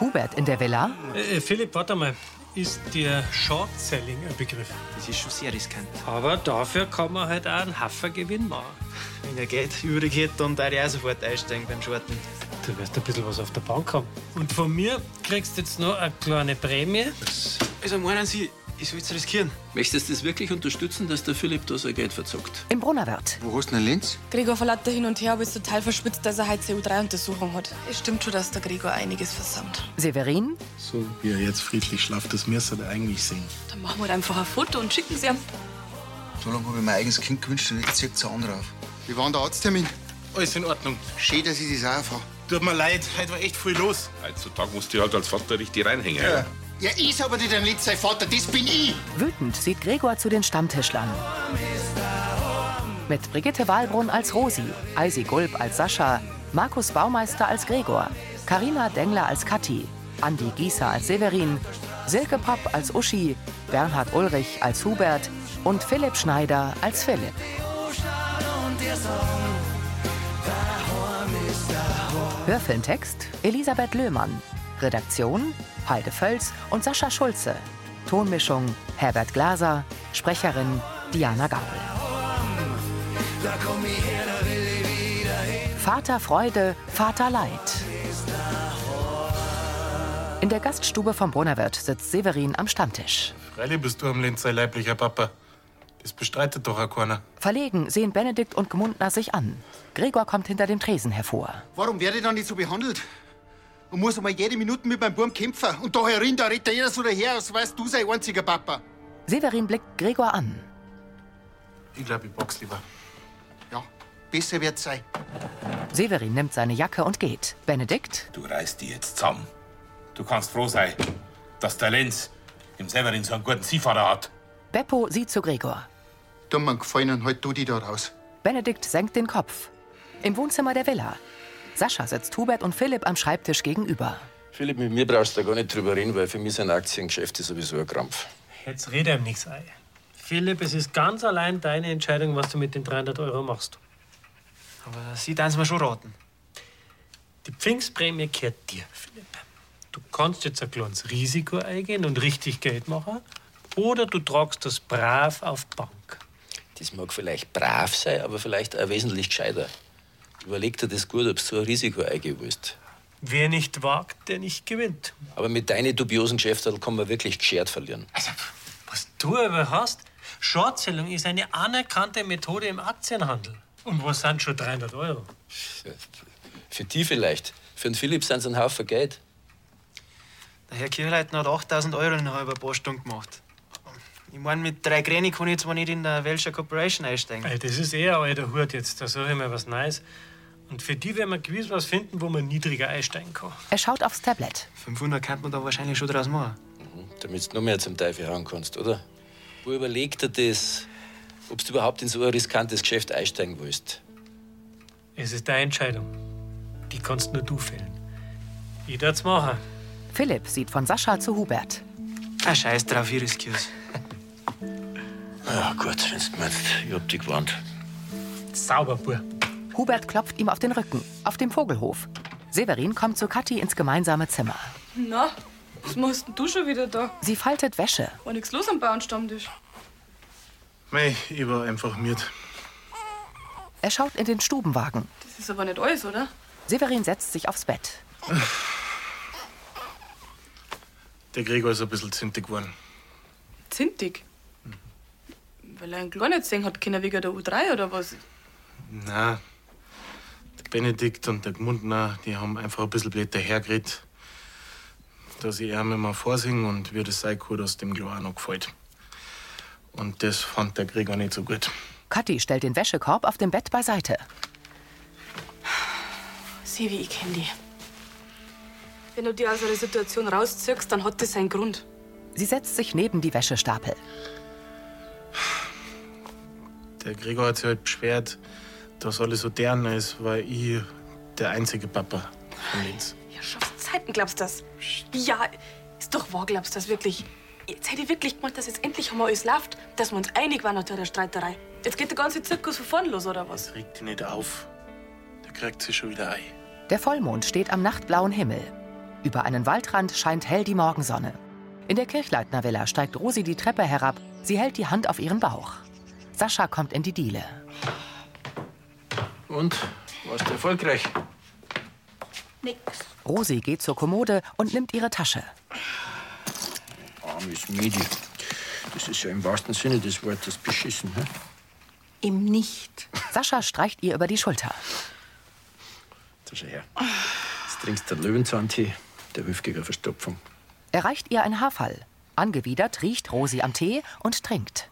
Hubert in der Villa. Äh, Philipp, warte mal. Ist dir Short-Selling ein Begriff? Das ist schon sehr riskant. Aber dafür kann man halt auch einen Haffergewinn machen. Wenn er Geld übrig hätte, dann würde ich auch sofort einsteigen beim Shorten. Du wirst ein bisschen was auf der Bank haben. Und von mir kriegst du jetzt noch eine kleine Prämie. Also meinen Sie, ich soll es riskieren? Möchtest du das wirklich unterstützen, dass der Philipp da sein Geld verzockt? Im Brunnerwirt. Wo hast du denn den Lenz? Gregor verlangt da hin und her, aber ist total verschwitzt, dass er heute CU3-Untersuchung hat. Es stimmt schon, dass der Gregor einiges versammelt. Severin. So wie er jetzt friedlich schlaft, das müsste er eigentlich sehen. Dann machen wir halt einfach ein Foto und schicken sie ihm. So lange habe ich mein eigenes Kind gewünscht und jetzt zieht es andere auf. Wie war denn der Arzttermin? Alles in Ordnung. Schön, dass ich das auch erfahre. Tut mir leid, heute war echt viel los. Heutzutage musst du halt als Vater richtig reinhängen. Ja. Ja, ich aber nicht dein letzter Vater, das bin ich. Wütend sieht Gregor zu den Stammtischlern. Mit Brigitte Wahlbrunn als Rosi, Eisi Gulb als Sascha, Markus Baumeister als Gregor, Karina Dengler als Kathi, Andi Gießer als Severin, Silke Papp als Uschi, Bernhard Ulrich als Hubert und Philipp Schneider als Philipp. Hörfilmtext Elisabeth Löhmann, Redaktion Heide Völz und Sascha Schulze. Tonmischung Herbert Glaser, Sprecherin Diana Gabel. Vater Freude, Vater Leid. In der Gaststube vom Brunnerwirt sitzt Severin am Stammtisch. Freilich bist du am Lenz sein leiblicher Papa. Das bestreitet doch auch keiner. Verlegen sehen Benedikt und Gmundner sich an. Gregor kommt hinter dem Tresen hervor. Warum werde ich dann nicht so behandelt? Und muss einmal jede Minute mit meinem Burm kämpfen. Und da herin, da redet jeder so daher, als weißt du sein einziger Papa. Severin blickt Gregor an. Ich glaube, ich box lieber. Ja, besser wird's sein. Severin nimmt seine Jacke und geht. Benedikt? Du reißt die jetzt zusammen. Du kannst froh sein, dass der Lenz im Severin so einen guten Seefahrer hat. Beppo sieht zu Gregor. Du mir einen gefallen und halt du die da raus. Benedikt senkt den Kopf. Im Wohnzimmer der Villa. Sascha sitzt Hubert und Philipp am Schreibtisch gegenüber. Philipp, mit mir brauchst du da gar nicht drüber reden, weil für mich sind Aktiengeschäfte sowieso ein Krampf. Jetzt red ihm nichts ein. Philipp, es ist ganz allein deine Entscheidung, was du mit den 300 Euro machst. Aber Sie tun es mir schon raten. Die Pfingstprämie kehrt dir, Philipp. Du kannst jetzt ein kleines Risiko eingehen und richtig Geld machen. Oder du tragst das brav auf die Bank. Das mag vielleicht brav sein, aber vielleicht auch wesentlich gescheiter. Überleg dir das gut, ob du so ein Risiko eingehen willst. Wer nicht wagt, der nicht gewinnt. Aber mit deinen dubiosen Geschäften kann man wirklich geschert verlieren. Also, was du aber hast, Shortselling ist eine anerkannte Methode im Aktienhandel. Und was sind schon 300 Euro? Für die vielleicht. Für den Philipp sind es ein Haufen Geld. Der Herr Kirleitner hat 8000 Euro innerhalb ein paar Stunden gemacht. Ich meine, mit drei Gränen kann ich zwar nicht in der Welscher Corporation einsteigen. Ey, das ist eher alter Hut jetzt, da suche ich mir was Neues. Und für die werden wir gewiss was finden, wo man niedriger einsteigen kann. Er schaut aufs Tablet. 500 kann man da wahrscheinlich schon draus machen. Damit du noch mehr zum Teufel hauen kannst, oder? Wo überleg dir das, ob du überhaupt in so ein riskantes Geschäft einsteigen willst? Es ist deine Entscheidung. Die kannst nur du fällen. Ich darf's machen. Philipp sieht von Sascha zu Hubert. Ah, scheiß drauf, ich riskier's. Ja, gut, wenn's du meinst, ich hab dich gewarnt. Sauber, Bub. Hubert klopft ihm auf den Rücken, auf dem Vogelhof. Severin kommt zu Kathi ins gemeinsame Zimmer. Na, was machst denn du schon wieder da? Sie faltet Wäsche. War nichts los am Bauernstammtisch. Mei, ich war einfach miert. Er schaut in den Stubenwagen. Das ist aber nicht alles, oder? Severin setzt sich aufs Bett. Der Gregor ist ein bisschen zintig geworden. Zintig. Mhm. Weil er einen kleinen gesehen hat, Kinder wegen der U3 oder was? Na, der Benedikt und der Gmundner, die haben einfach ein bisschen blöd dahergeredet. Dass ich ihm immer vorsingen und wie das sei gut aus dem Gloano gefällt. Und das fand der Gregor nicht so gut. Kathi stellt den Wäschekorb auf dem Bett beiseite. Sieh, wie ich kenn die. Wenn du dich aus einer Situation rausziehst, dann hat das seinen Grund. Sie setzt sich neben die Wäschestapel. Der Gregor hat sich halt beschwert, dass alles so deren ist, weil ich der einzige Papa von Linz. Ja, schaffst Zeiten, glaubst du das? Ja, ist doch wahr, glaubst du das wirklich? Jetzt hätte ich wirklich gemacht, dass jetzt endlich einmal alles läuft, dass wir uns einig waren nach der Streiterei. Jetzt geht der ganze Zirkus von vorn los, oder was? Das regt ihn nicht auf. Der kriegt sich schon wieder ein. Der Vollmond steht am nachtblauen Himmel. Über einen Waldrand scheint hell die Morgensonne. In der Kirchleitner Villa steigt Rosi die Treppe herab. Sie hält die Hand auf ihren Bauch. Sascha kommt in die Diele. Und? Warst du erfolgreich? Nix. Rosi geht zur Kommode und nimmt ihre Tasche. Armes Mädel. Das ist ja im wahrsten Sinne des Wortes beschissen. Ne? Ihm nicht. Sascha streicht ihr über die Schulter. So, schau her. Jetzt trinkst du den Löwenzahntee, der hilft gegen eine Verstopfung. Er reicht ihr ein Haarfall. Angewidert riecht Rosi am Tee und trinkt.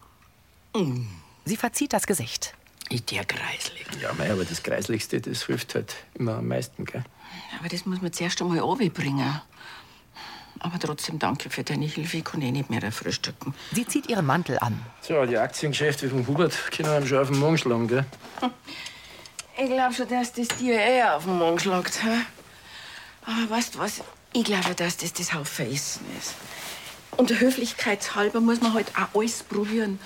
Sie verzieht das Gesicht. Ist der kreislig. Ja, mei, aber das Kreisligste, das hilft halt immer am meisten, gell? Aber das muss man zuerst einmal runterbringen. Aber trotzdem danke für deine Hilfe. Ich kann eh nicht mehr frühstücken. Sie zieht ihren Mantel an. So, die Aktiengeschäfte vom Hubert können einem schon auf den Morgen schlagen, gell? Ich glaube schon, dass das dir eh auf den Magen schlagt. He? Aber weißt du was? Ich glaube, dass das das Hauptveressen ist. Und der Höflichkeit halber muss man halt auch alles probieren.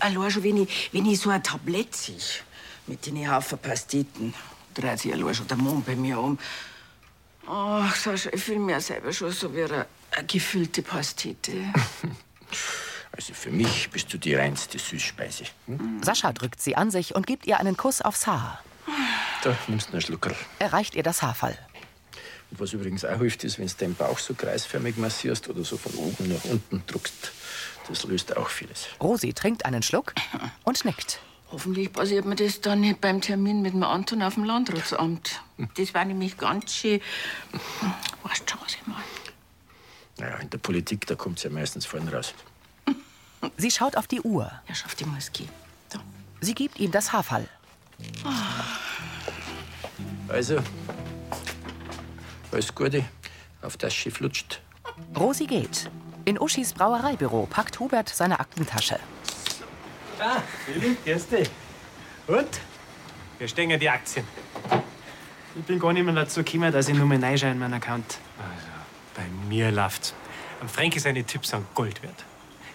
Allein schon, wenn ich, wenn ich so ein Tablett sehe, mit den Haufen Pasteten, dreht sich allein schon der Mund bei mir um. Ach, Sascha, ich fühle mich ja selber schon so wie eine, eine gefüllte Pastete. Also für mich bist du die reinste Süßspeise. Hm? Sascha drückt sie an sich und gibt ihr einen Kuss aufs Haar. Da nimmst du einen Schluckerl. Er reicht ihr das Haarfall. Und was übrigens auch hilft, ist, wenn du deinen Bauch so kreisförmig massierst oder so von oben nach unten drückst. Das löst auch vieles. Rosi trinkt einen Schluck und nickt. Hoffentlich passiert mir das dann nicht beim Termin mit dem Anton auf dem Landratsamt. Das war nämlich ganz schön. Weißt du, was ich meine? Naja, in der Politik, da kommt es ja meistens vorne raus. Sie schaut auf die Uhr. Ja, schafft die Muskel. Sie gibt ihm das Haarfall. Ah. Also, alles Gute, auf das Schiff lutscht. Rosi geht. In Uschis Brauereibüro packt Hubert seine Aktentasche. Ah, Philipp, grüß dich. Und? Wir stehen ja die Aktien. Ich bin gar nicht mehr dazu gekommen, dass ich nur mal reinschaue in meinen Account. Bei mir läuft's. Also, Am Frankie seine Tipps sind Gold wert.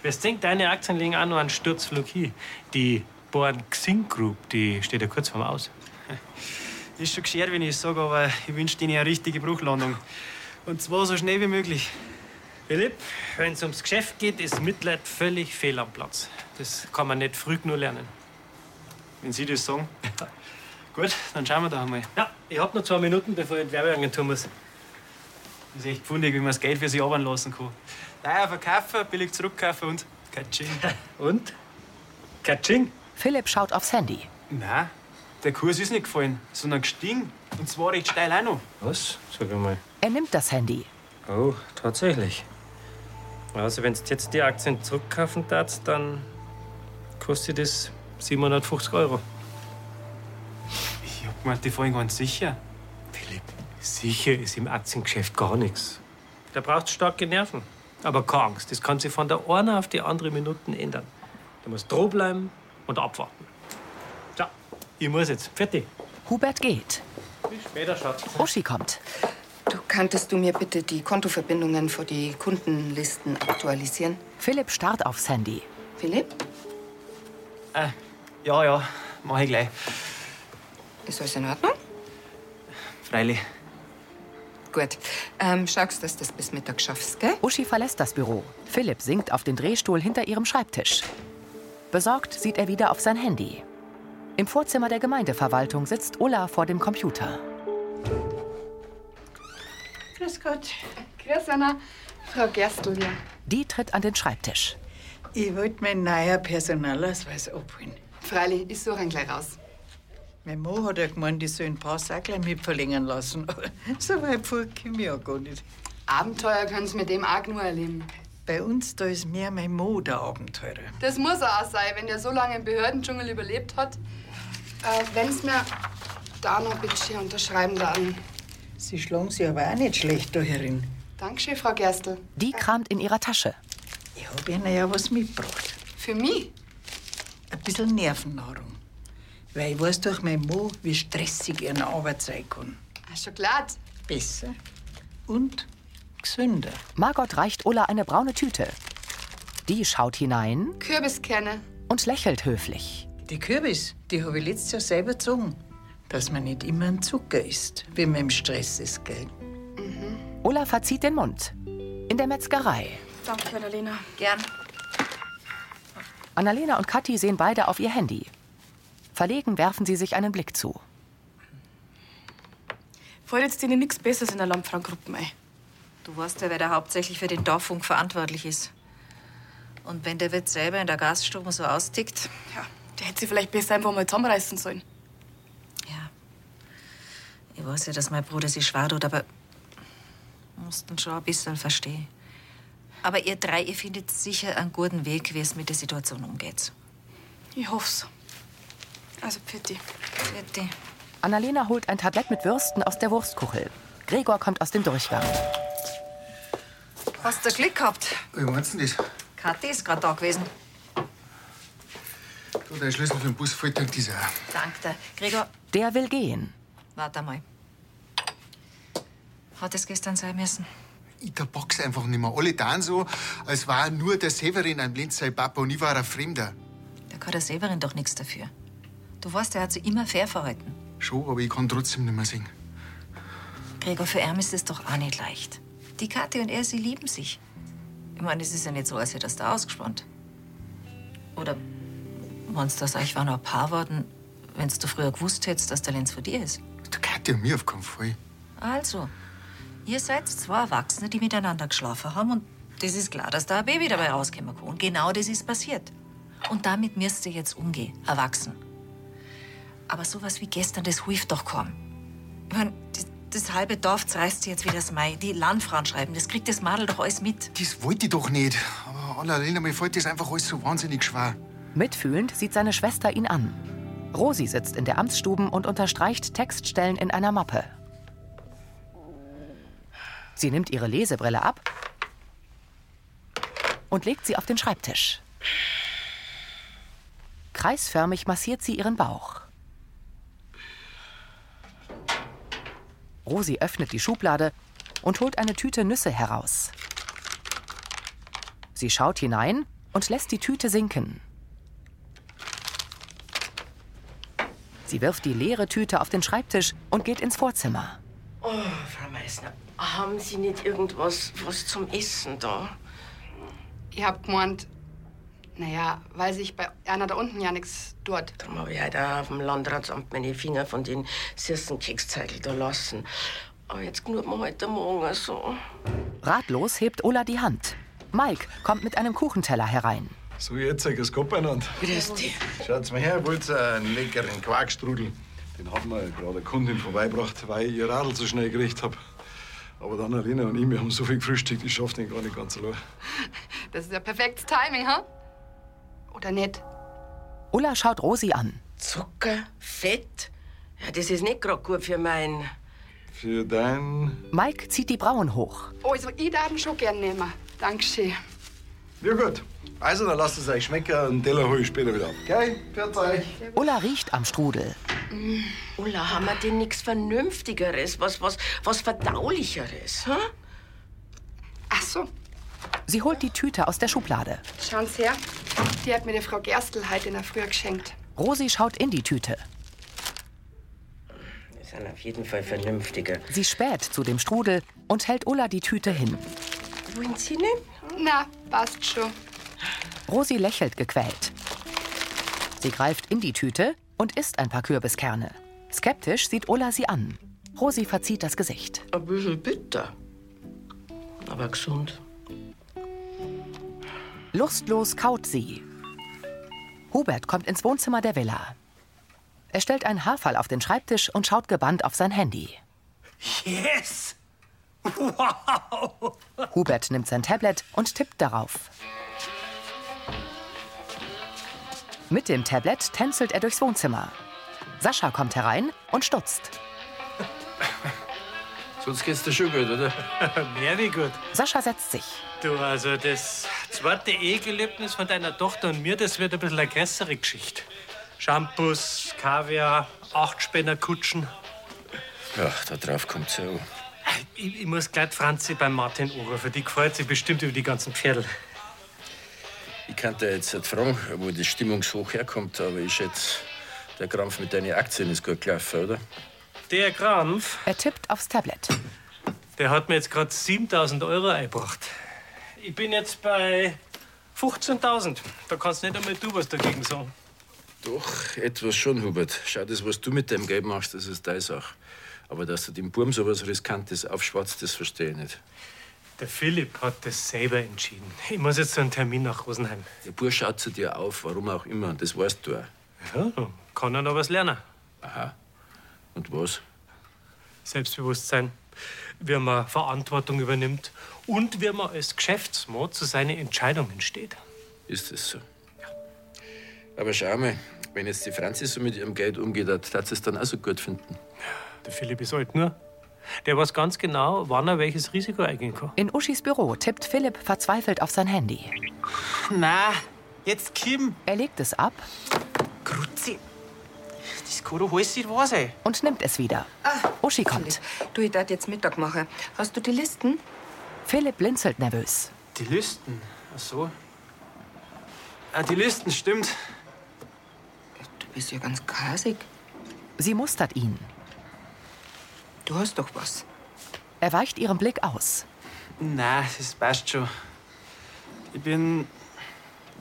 Wer denkt, deine Aktien legen auch noch einen Sturzflug hin. Die Born Xing Group, die steht ja kurz vorm Aus. Ist schon geschert, wenn ich es sage, aber ich wünsche dir eine richtige Bruchlandung. Und zwar so schnell wie möglich. Philipp, wenn es ums Geschäft geht, ist Mitleid völlig fehl am Platz. Das kann man nicht früh genug lernen. Wenn Sie das sagen. Gut, dann schauen wir doch einmal. Ja, ich hab noch zwei Minuten, bevor ich in die Werbeagentur muss. Das ist echt fundig, wie man das Geld für sich arbeiten lassen kann. Teuer verkaufen, billig zurückkaufen und Katsching. und? Katsching? Philipp schaut aufs Handy. Nein, der Kurs ist nicht gefallen, sondern gestiegen. Und zwar recht steil auch noch. Was? Sag mal. Er nimmt das Handy. Oh, tatsächlich. Also, wenn du jetzt die Aktien zurückkaufen darfst, dann kostet das 750 Euro. Ich hab gemeint, die fallen ganz sicher. Sicher ist im Aktiengeschäft gar nichts. Da braucht starke Nerven. Aber keine Angst, das kann sich von der einen auf die andere Minuten ändern. Du musst droh bleiben und abwarten. So, ich muss jetzt. Fertig. Hubert geht. Bis später, Schatz. Uschi kommt. Du kanntest du mir bitte die Kontoverbindungen für die Kundenlisten aktualisieren? Philipp starrt aufs Handy. Philipp, Ah, ja, ja, mach ich gleich. ist alles in Ordnung? Freilich. Gut. Ähm, schaust, dass du das bis Mittag schaffst, gell? Uschi verlässt das Büro. Philipp sinkt auf den Drehstuhl hinter ihrem Schreibtisch. Besorgt sieht er wieder auf sein Handy. Im Vorzimmer der Gemeindeverwaltung sitzt Ulla vor dem Computer. Grüß Gott. Grüß Anna. Frau Gerstl hier. Die tritt an den Schreibtisch. Ich wollte meinen neuen Personalausweis abholen. Freilich, ich suche ihn gleich raus. Mein Mann hat ja gemeint, ich soll den Pass auch gleich mit verlängern lassen. Aber so weit vorkomme ich ja gar nicht. Abenteuer können Sie mit dem auch nur erleben. Bei uns da ist mehr mein Mann der Abenteurer. Das muss er auch sein, wenn der so lange im Behördendschungel überlebt hat. Äh, wenn es mir da noch bitte schön unterschreiben dann. Sie schlagen sich aber auch nicht schlecht da herin. Dankeschön, Frau Gerstl. Die kramt in ihrer Tasche. Ich habe Ihnen ja was mitgebracht. Für mich? Ein bisschen Nervennahrung. Weil ich weiß durch meinen Mann, wie stressig er Arbeit sein kann. Ah, Schokolade. Besser und gesünder. Margot reicht Ulla eine braune Tüte. Die schaut hinein Kürbiskerne. und lächelt höflich. Die Kürbis, die habe ich letztes Jahr selber Mhm. gezogen. Dass man nicht immer einen Zucker isst, wenn man im Stress ist, gell? Ulla verzieht den Mund. In der Metzgerei. Danke, Annalena. Gern. Annalena und Kathi sehen beide auf ihr Handy. Verlegen werfen sie sich einen Blick zu. Fällt jetzt denen nichts Besseres in der Landfrauengruppe ein. Du weißt ja, wer da hauptsächlich für den Dorffunk verantwortlich ist. Und wenn der Wirt selber in der Gaststube so austickt, Der hätte sie vielleicht besser einfach mal zusammenreißen sollen. ich weiß ja, dass mein Bruder sie schwer tut, aber musst ihn schon ein bisschen verstehen. Aber ihr drei, ihr findet sicher einen guten Weg, wie es mit der Situation umgeht. Ich hoff's. Also, Pitti. Pitti. Annalena holt ein Tablett mit Würsten aus der Wurstkuchel. Gregor kommt aus dem Durchgang. Hast du Glück gehabt? Wie meinst du denn das? Kathi ist gerade da gewesen. Du, dein Schlüssel für den Bus fehlt dank dieser. Dank dir. Gregor, Der will gehen. warte mal. Hat es gestern sein müssen? Ich der Box einfach nicht mehr. Alle tun so, als war nur der Severin ein Lenz sein Papa und ich war ein Fremder. Da kann der Severin doch nichts dafür. Du weißt, er hat sich immer fair verhalten. Schon, aber ich kann trotzdem nicht mehr singen. Gregor, für Erm ist es doch auch nicht leicht. Die Kathi und er, sie lieben sich. Ich meine, es ist ja nicht so, als hätte das da ausgespannt. Oder meinst du, dass euch war noch ein Paar worden, wenn du früher gewusst hättest, dass der Lenz von dir ist? Hat ja mir auf keinen Fall. Also, ihr seid zwei Erwachsene, die miteinander geschlafen haben und das ist klar, dass da ein Baby dabei rauskommen kann. Und genau das ist passiert. Und damit müsst ihr jetzt umgehen, erwachsen. Aber sowas wie gestern, das hilft doch kaum. Ich mein, das, das halbe Dorf zerreißt sich jetzt wie das Mai. Die Landfrauen schreiben, das kriegt das Madel doch alles mit. Das wollte ich doch nicht. Aber Annalena, mir fällt das einfach alles so wahnsinnig schwer. Mitfühlend sieht seine Schwester ihn an. Rosi sitzt in der Amtsstuben und unterstreicht Textstellen in einer Mappe. Sie nimmt ihre Lesebrille ab und legt sie auf den Schreibtisch. Kreisförmig massiert sie ihren Bauch. Rosi öffnet die Schublade und holt eine Tüte Nüsse heraus. Sie schaut hinein und lässt die Tüte sinken. Sie wirft die leere Tüte auf den Schreibtisch und geht ins Vorzimmer. Oh, Frau Meißner, haben Sie nicht irgendwas was zum Essen da? Ich hab gemeint, naja, weil sich bei Erna da unten ja nichts dort. Darum habe ich heute auf dem Landratsamt meine Finger von den süßen Kekszeigel da lassen. Aber jetzt knurrt mir heute Morgen so. Ratlos hebt Ulla die Hand. Mike kommt mit einem Kuchenteller herein. So, jetzt, grüß Gott beieinander. Grüß dich. Schaut's mal her, wollt ihr einen leckeren Quarkstrudel? Den hat mir gerade eine Kundin vorbeigebracht, weil ich ihr Radl so schnell gekriegt hab. Aber dann Alina und ich, wir haben so viel gefrühstückt, ich schaff den gar nicht ganz allein. Das ist ja perfektes Timing, ha? Oder nicht? Ulla schaut Rosi an. Zucker, Fett? Ja, das ist nicht gerade gut für meinen. Für dein. Mike zieht die Brauen hoch. Also, ich darf ihn schon gern nehmen. Dankeschön. Ja, gut. Also, dann lasst es euch schmecken und den Teller hol ich später wieder ab. Gell? Pfiat euch. Ulla riecht am Strudel. Mm. Ulla, haben wir denn nichts Vernünftigeres, was, was, was Verdaulicheres? Hm? Ach so, Sie holt die Tüte aus der Schublade. schauen Sie her. Die hat mir die Frau Gerstl heute in der Früh geschenkt. Rosi schaut in die Tüte. Die sind auf jeden Fall vernünftiger. Sie späht zu dem Strudel und hält Ulla die Tüte hin. Wollen Sie nicht? Na, passt schon. Rosi lächelt gequält. Sie greift in die Tüte und isst ein paar Kürbiskerne. Skeptisch sieht Ulla sie an. Rosi verzieht das Gesicht. Ein bisschen bitter. Aber gesund. Lustlos kaut sie. Hubert kommt ins Wohnzimmer der Villa. Er stellt einen Haarfall auf den Schreibtisch und schaut gebannt auf sein Handy. Yes! Wow! Hubert nimmt sein Tablet und tippt darauf. Mit dem Tablet tänzelt er durchs Wohnzimmer. Sascha kommt herein und stutzt. Sonst geht's dir schon gut, oder? Mehr wie gut. Sascha setzt sich. Du, also das zweite Ehegelöbnis von deiner Tochter und mir, das wird ein bisschen eine größere Geschichte. Shampoos, Kaviar, Achtspännerkutschen. Ja, da drauf kommt's ja an. Ich, ich muss gleich die Franzi beim Martin anrufen. Die gefreut sich bestimmt über die ganzen Pferdel. Ich kann dir jetzt nicht fragen, wo das stimmungshoch herkommt, aber ich schätze, der Krampf mit deinen Aktien ist gut gelaufen, oder? Der Krampf? Er tippt aufs Tablet. Der hat mir jetzt gerade 7000 Euro eingebracht. Ich bin jetzt bei 15.000. Da kannst nicht einmal du was dagegen sagen. Doch, etwas schon, Hubert. Schau, das, was du mit dem Geld machst, das ist deine Sache. Aber dass du dem Burm sowas Riskantes aufschwatzt, das verstehe ich nicht. Der Philipp hat das selber entschieden. Ich muss jetzt so einen Termin nach Rosenheim. Der Bursch schaut zu dir auf, warum auch immer, und das weißt du auch. Ja, da kann er noch was lernen. Aha. Und was? Selbstbewusstsein, wie man Verantwortung übernimmt und wie man als Geschäftsmann zu seinen Entscheidungen steht. Ist es so? Aber schau mal, wenn jetzt die Franzis so mit ihrem Geld umgeht, hat hat sie es dann auch so gut finden. Der Philipp ist alt, ne? nur. Der weiß ganz genau, wann er welches Risiko eingehen kann. In Uschis Büro tippt Philipp verzweifelt auf sein Handy. Na, jetzt Kim. Er legt es ab Grutzi. Das kann doch alles nicht wahr sein. und nimmt es wieder. Uschi kommt. Ah, Du, ich darf jetzt Mittag machen. Hast du die Listen? Philipp blinzelt nervös. Die Listen? Ach so. Ah, die Listen, stimmt. Du bist ja ganz kasig. Sie mustert ihn. Du hast doch was. Er weicht ihrem Blick aus. Na, das passt schon. Ich bin.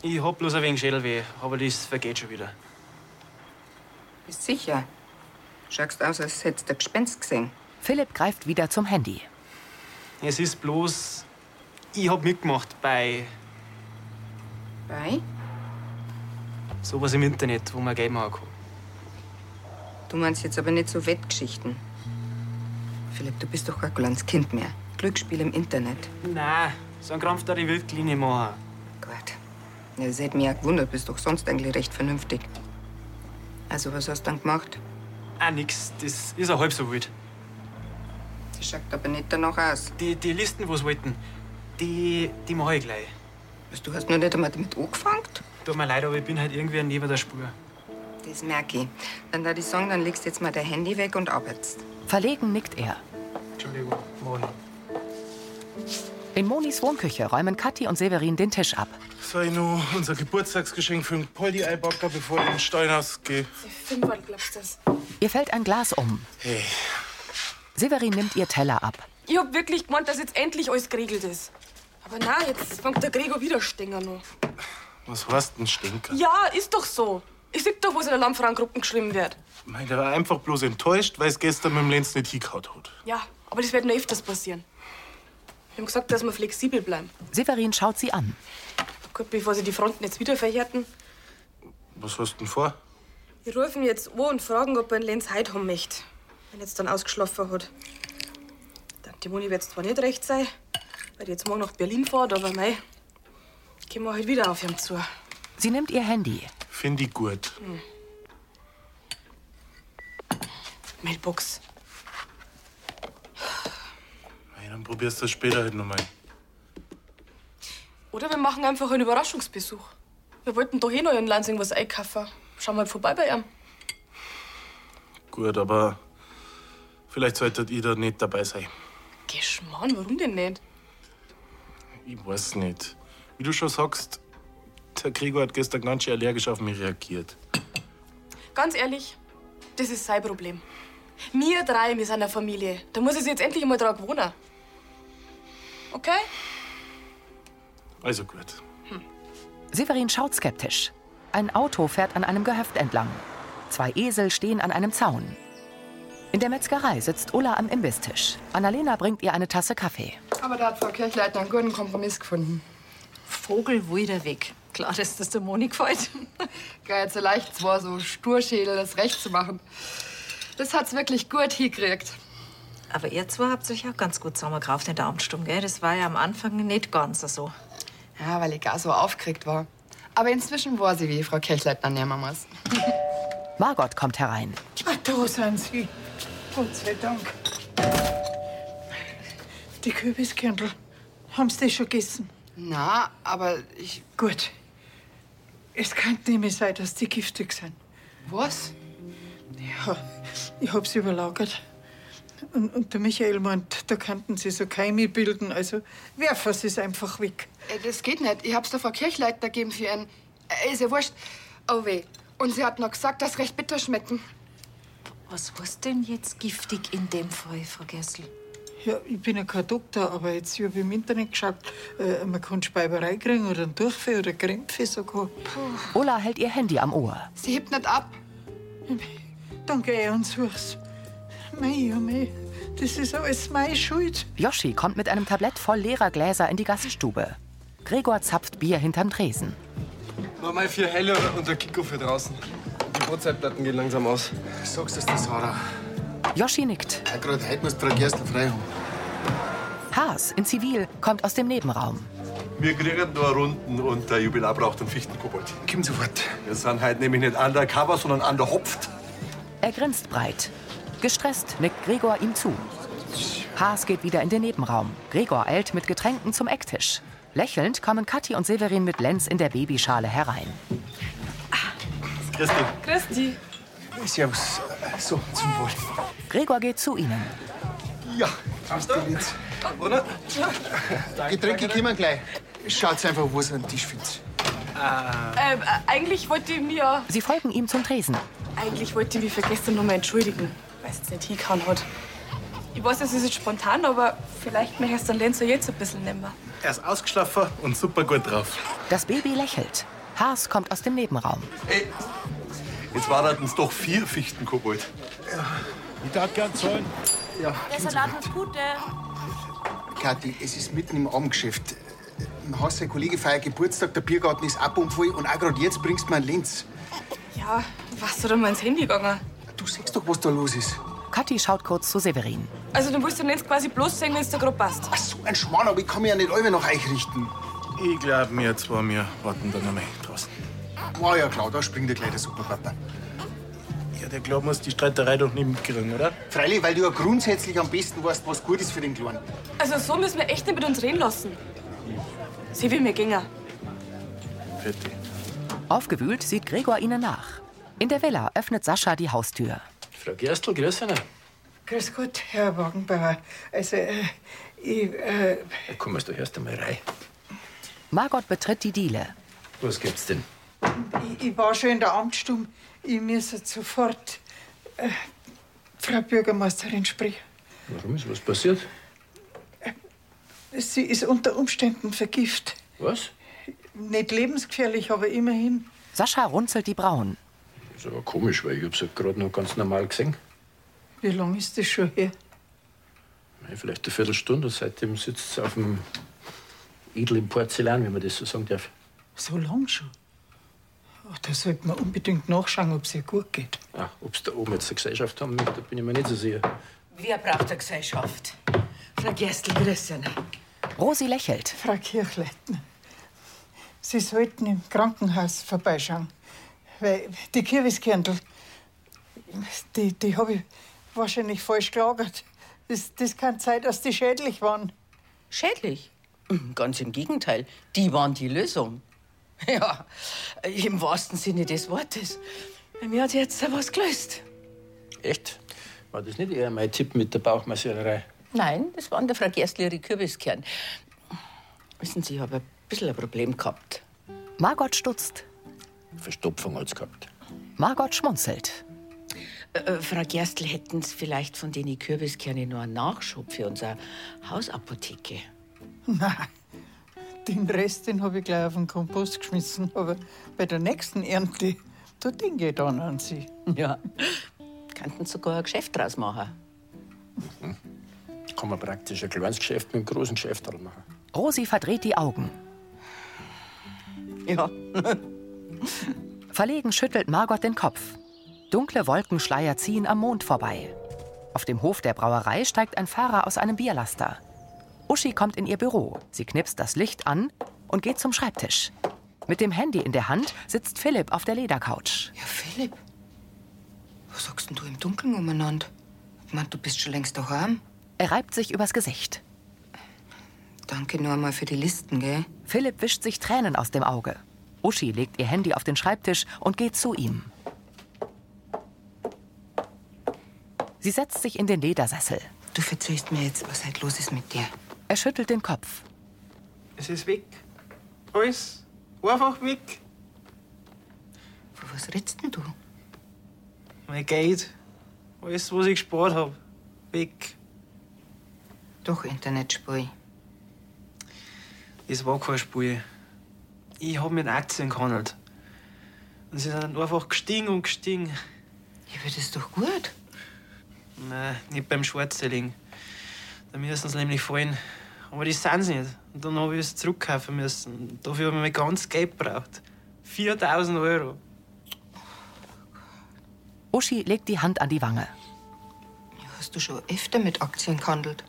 Ich hab bloß ein wenig Schädelweh, aber das vergeht schon wieder. Bist sicher? Schaust aus, als hättest du ein Gespenst gesehen. Philipp greift wieder zum Handy. Es ist bloß. Ich hab mitgemacht bei. Bei? Sowas im Internet, wo man Geld machen kann. Du meinst jetzt aber nicht so Wettgeschichten. Philipp, du bist doch gar kein kleines Kind mehr. Glücksspiel im Internet. Nein, so ein Krampf da die Wildlinie machen. Ja, das hätte mich auch gewundert, bist doch sonst eigentlich recht vernünftig. Also, was hast du dann gemacht? Ah, nix, das ist auch halb so wild. Das schaut aber nicht danach aus. Die, die Listen, was wollten, die, die mache ich gleich. Was, du hast noch nicht einmal damit angefangen? Tut mir leid, aber ich bin halt irgendwie neben der Spur. Das merke ich. Dann da die Song, dann legst du jetzt mal dein Handy weg und arbeitest. Verlegen nickt er. Entschuldigung, Moni. In Monis Wohnküche räumen Kathi und Severin den Tisch ab. Soll ich noch unser Geburtstagsgeschenk für den Poldi einbacken, bevor ich in den Stein ausgehe? Fünfmal glaubst du das? Ihr fällt ein Glas um. Hey. Severin nimmt ihr Teller ab. Ich hab wirklich gemeint, dass jetzt endlich alles geregelt ist. Aber na, jetzt fängt der Gregor wieder Stänger an. Was heißt denn Stinker? Ja, ist doch so. Ich seht doch, was in der Lammfrauengruppe geschrieben wird. Nein, der war einfach bloß enttäuscht, weil es gestern mit dem Lenz nicht hingehauen hat. Ja, aber das wird noch öfters passieren. Wir haben gesagt, dass wir flexibel bleiben. Severin schaut sie an. Gut, bevor sie die Fronten jetzt wieder verhärten. Was hast du denn vor? Wir rufen jetzt an und fragen, ob er einen Lenz heute haben möchte. Wenn er jetzt dann ausgeschlafen hat. Dann die Moni wird zwar nicht recht sein, weil die jetzt morgen nach Berlin fährt, aber mei, gehen wir heute halt wieder auf ihn zu. Sie nimmt ihr Handy. Finde ich gut. Hm. Mailbox. Nein, dann probierst du das später halt nochmal. Oder wir machen einfach einen Überraschungsbesuch. Wir wollten doch eh noch in Lansing was einkaufen. Schauen wir halt vorbei bei ihm. Gut, aber vielleicht solltet ihr da nicht dabei sein. Geschmarrn, warum denn nicht? Ich weiß nicht. Wie du schon sagst, der Gregor hat gestern ganz schön allergisch auf mich reagiert. Ganz ehrlich, das ist sein Problem. Wir drei, wir sind eine Familie. Da muss er sich jetzt endlich mal dran gewohnen. Okay? Also gut. Severin schaut skeptisch. Ein Auto fährt an einem Gehöft entlang. Zwei Esel stehen an einem Zaun. In der Metzgerei sitzt Ulla am Imbistisch. Annalena bringt ihr eine Tasse Kaffee. Aber da hat Frau Kirchleitner einen guten Kompromiss gefunden. Vogel wieder weg. Klar, dass das der Moni gefällt. Gar nicht so leicht, es war so Sturschädel, das recht zu machen. Das hat's wirklich gut hingekriegt. Aber ihr zwei habt euch auch ganz gut zusammengerauft in der Amtsstunde, gell? Das war ja am Anfang nicht ganz so. Ja, weil ich gar so aufgeregt war. Aber inzwischen war sie wie Frau Kirchleitner nehmen muss. Margot kommt herein. Ah, da sind sie. Gott sei Dank. Die Kürbiskernl. Haben Sie das schon gegessen? Na, aber ich. Gut. Es kann nicht mehr sein, dass die giftig sind. Was? Ja, ich hab's überlagert. Und, und der Michael meint, da könnten sie so Keime bilden. Also werfen sie es einfach weg. Äh, Das geht nicht. Ich hab's der Frau Kirchleitner gegeben für einen. Äh, Ist ja wurscht. Oh weh. Und sie hat noch gesagt, dass recht bitter schmecken. Was heißt denn jetzt giftig in dem Fall, Frau Gessel? Ja, ich bin ja kein Doktor, aber jetzt habe ich im Internet geschaut, äh, man kann Speiberei kriegen oder einen Durchfall oder Krämpfe sogar. Ola hält ihr Handy am Ohr. Sie hebt nicht ab. Dann geh ich und such's. Mei, oh mei, das ist alles meine Schuld. Yoshi kommt mit einem Tablett voll leerer Gläser in die Gaststube. Gregor zapft Bier hinterm Tresen. Nochmal vier Helle und der Kiko für draußen. Die Brotzeitplatten gehen langsam aus. Sagst du es der Sarah? Yoshi nickt. Ja, gerade heute musst du Gerstl frei haben. Haas in Zivil kommt aus dem Nebenraum. Wir kriegen nur Runden und der Jubilar braucht einen Fichtenkobold. Komm sofort. Wir sind halt nämlich nicht undercover, sondern underhopft. Er grinst breit. Gestresst nickt Gregor ihm zu. Haas geht wieder in den Nebenraum. Gregor eilt mit Getränken zum Ecktisch. Lächelnd kommen Kathi und Severin mit Lenz in der Babyschale herein. Christi. Christi. Servus. äh, So, zum Wohl. Gregor geht zu ihnen. Ja, kommst du jetzt, oder? Getränke kommen gleich. Schaut einfach, wo es einen Tisch findet. Ah. Ähm, äh, eigentlich wollte ich mir. Sie folgen ihm zum Tresen. Eigentlich wollte ich mich für gestern nochmal entschuldigen, weil es jetzt nicht hingehauen hat. Ich weiß, das ist jetzt spontan, aber vielleicht möchte ich den Lenzer jetzt ein bisschen nehmen. Er ist ausgeschlafen und super gut drauf. Das Baby lächelt. Haas kommt aus dem Nebenraum. Jetzt waren uns doch vier Fichtenkobold. Ich darf gern zahlen. Ja, Der Salat ist gut, der. Kathi, es ist mitten im Abendgeschäft. Im Haus, ein Kollege feiert Geburtstag, der Biergarten ist ab und voll und auch gerade jetzt bringst du mir einen Lenz. Ja, warst du da mal ins Handy gegangen? Du siehst doch, was da los ist. Kathi schaut kurz zu Severin. Also, du willst den Lenz quasi bloß sehen, wenn es dir gerade passt. Ach so, ein Schmarrn, aber ich kann mich ja nicht alle nach euch richten. Ich glaube, wir zwei, wir warten dann einmal draußen. War Ah ja klar, da springt der gleich der Superpapa. Ja, der glaubt, muss die Streiterei doch nicht mitkriegen, oder? Freilich, weil du ja grundsätzlich am besten weißt, was gut ist für den Kleinen. Also, so müssen wir echt nicht mit uns reden lassen. Sie will mir gänger. Aufgewühlt sieht Gregor ihnen nach. In der Villa öffnet Sascha die Haustür. Frau Gerstl, grüß Sie. Grüß Gott, Herr Wagenbauer. Also, äh, ich, äh, Komm mal doch erst einmal rein. Margot betritt die Diele. Was gibt's denn? ich, ich war schon in der Amtsstunde. Ich muss jetzt sofort äh, Frau Bürgermeisterin sprechen. Warum ist was passiert? Sie ist unter Umständen vergift. Was? Nicht lebensgefährlich, aber immerhin. Sascha runzelt die Brauen. Ist aber komisch, weil ich hab's ja gerade noch ganz normal gesehen. Wie lange ist das schon her? Mei, Vielleicht eine Viertelstunde und seitdem sitzt sie auf dem edlen Porzellan, wenn man das so sagen darf. So lang schon? Ach, da sollte man unbedingt nachschauen, ob es ihr gut geht. Ach, Ah, ob's da oben jetzt eine Gesellschaft haben, da bin ich mir nicht so sicher. Wer braucht eine Gesellschaft? Frau Gerstl, grüß Sie. Rosi lächelt. Frau Kirchleitner, Sie sollten im Krankenhaus vorbeischauen. Weil die Kürbiskerntel, die, die habe ich wahrscheinlich falsch gelagert. Das, das kann sein, dass die schädlich waren. Schädlich? Hm, Ganz im Gegenteil, die waren die Lösung. Ja, im wahrsten Sinne des Wortes. Bei mir hat sich jetzt was gelöst. Echt? War das nicht eher mein Tipp mit der Bauchmassiererei? Nein, das waren der Frau Gerstl ihre Kürbiskern. Wissen Sie, ich habe ein bisschen ein Problem gehabt. Margot stutzt. Verstopfung hat's gehabt. Margot schmunzelt. Äh, Frau Gerstl, hätten Sie vielleicht von den Kürbiskernen noch einen Nachschub für unsere Hausapotheke? Nein, den Rest den habe ich gleich auf den Kompost geschmissen. Aber bei der nächsten Ernte, da denke ich dann an Sie. Ja. Könnten Sie sogar ein Geschäft draus machen. Kann man praktisch ein kleines Geschäft mit einem großen Geschäft dran machen. Rosi verdreht die Augen. Ja. Verlegen schüttelt Margot den Kopf. Dunkle Wolkenschleier ziehen am Mond vorbei. Auf dem Hof der Brauerei steigt ein Fahrer aus einem Bierlaster. Uschi kommt in ihr Büro. Sie knipst das Licht an und geht zum Schreibtisch. Mit dem Handy in der Hand sitzt Philipp auf der Ledercouch. Philipp, was sagst denn du im Dunkeln umeinander? Ich mein, du bist schon längst daheim. Er reibt sich übers Gesicht. Danke nur einmal für die Listen, gell? Philipp wischt sich Tränen aus dem Auge. Uschi legt ihr Handy auf den Schreibtisch und geht zu ihm. Sie setzt sich in den Ledersessel. Du verzeihst mir jetzt, was heute los ist mit dir. Er schüttelt den Kopf. Es ist weg. Alles einfach weg. Von was redst denn du? Mein Geld. Alles, was ich gespart habe. Weg. Doch Internetspiel. Das war kein Spiel. Ich hab mit Aktien gehandelt. Und sie sind einfach gestiegen und gestiegen. Ja, aber das ist doch gut. Nein, nicht beim Schwarzselling. Da müssen sie nämlich fallen. Aber die sind sie nicht. Und dann habe ich es zurückkaufen müssen. Und Dafür habe ich mein ganzes Geld gebraucht. 4000 Euro. Uschi legt die Hand an die Wange. Hast du schon öfter mit Aktien gehandelt?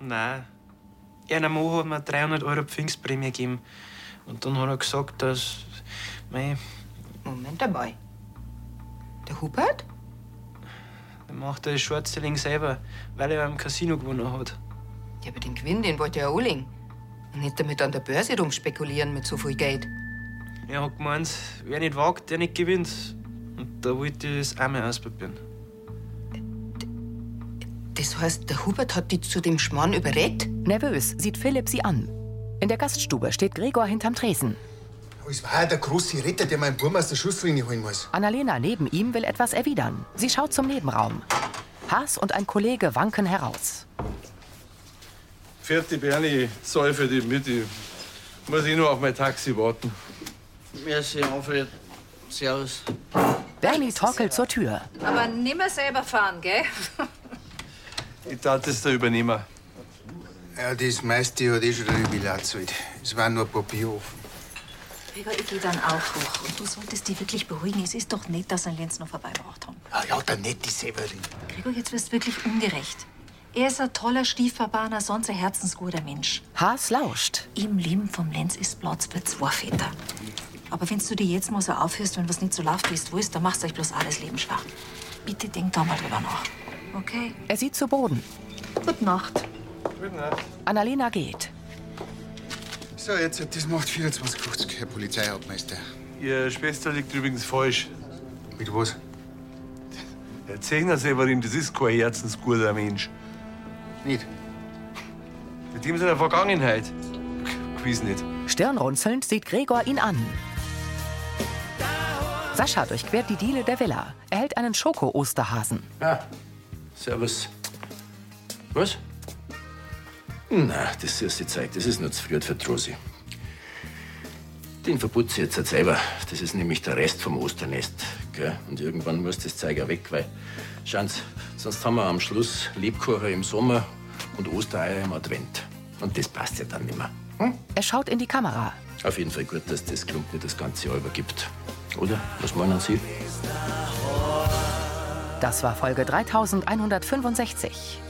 Nein. Einer Mo hat mir 300 Euro Pfingstprämie gegeben. Und dann hat er gesagt, dass. Mei, Moment einmal. Der Hubert? dann macht er das Schwarzselling selber, weil er im Casino gewonnen hat. Ja, aber den Gewinn, den wollte er anlegen. Und nicht damit an der Börse rumspekulieren mit so viel Geld. Er hat gemeint, wer nicht wagt, der nicht gewinnt. Und da wollte ich das einmal ausprobieren. Das heißt, der Hubert hat dich zu dem Schmarrn überredet? Nervös sieht Philipp sie an. In der Gaststube steht Gregor hinterm Tresen. Es war ja der große Retter, der meinen Burm aus der Schusslinie holen muss. Annalena neben ihm will etwas erwidern. Sie schaut zum Nebenraum. Haas und ein Kollege wanken heraus. Vierte Bernie, zahl für die Mitte. Muss ich nur auf mein Taxi warten. Merci, Alfred. Servus. Bernie torkelt zur Tür. Aber nimmer selber fahren, gell? Ich dachte, das ist der Übernehmer. Ja, das meiste hat eh schon der Jubilar gezahlt. Es waren nur ein paar Bier offen. Gregor, ich gehe dann auch hoch. Und du solltest dich wirklich beruhigen. Es ist doch nett, dass ein Lenz noch vorbeibracht haben. Ah, lauter nette Severin. Gregor, jetzt wirst du wirklich ungerecht. Er ist ein toller Stiefverbahner, sonst ein herzensguter Mensch. Haas lauscht. Im Leben vom Lenz ist Platz für zwei Väter. Aber wenn du dir jetzt mal so aufhörst, wenn was nicht so läuft, wie es willst, dann machst du euch bloß alles Leben schwach. Bitte denk da mal drüber nach. Okay? Er sieht zu Boden. Gute Nacht. Guten Abend. Annalena geht. So, jetzt, das macht 24,50, Herr Polizeihauptmeister. Ihre Schwester liegt übrigens falsch. Mit was? Herr Zechner Severin, das ist kein herzensguter Mensch. Nicht? Mit dem seiner Vergangenheit. Gewiss nicht. Stirnrunzelnd sieht Gregor ihn an. Sascha durchquert die Diele der Villa. Er hält einen Schoko-Osterhasen. Servus. Was? Na, das ist die Zeit. Das ist nur zu früh für Trosi. Den verputze ich jetzt halt selber. Das ist nämlich der Rest vom Osternest. Gell? Und irgendwann muss das Zeug auch weg, weil. Schauen Sie, sonst haben wir am Schluss Lebkuchen im Sommer und Ostereier im Advent. Und das passt ja dann nicht mehr. Er schaut in die Kamera. Auf jeden Fall gut, dass das Klump nicht das ganze Jahr übergibt. Oder? Was meinen Sie? Das war Folge 3165.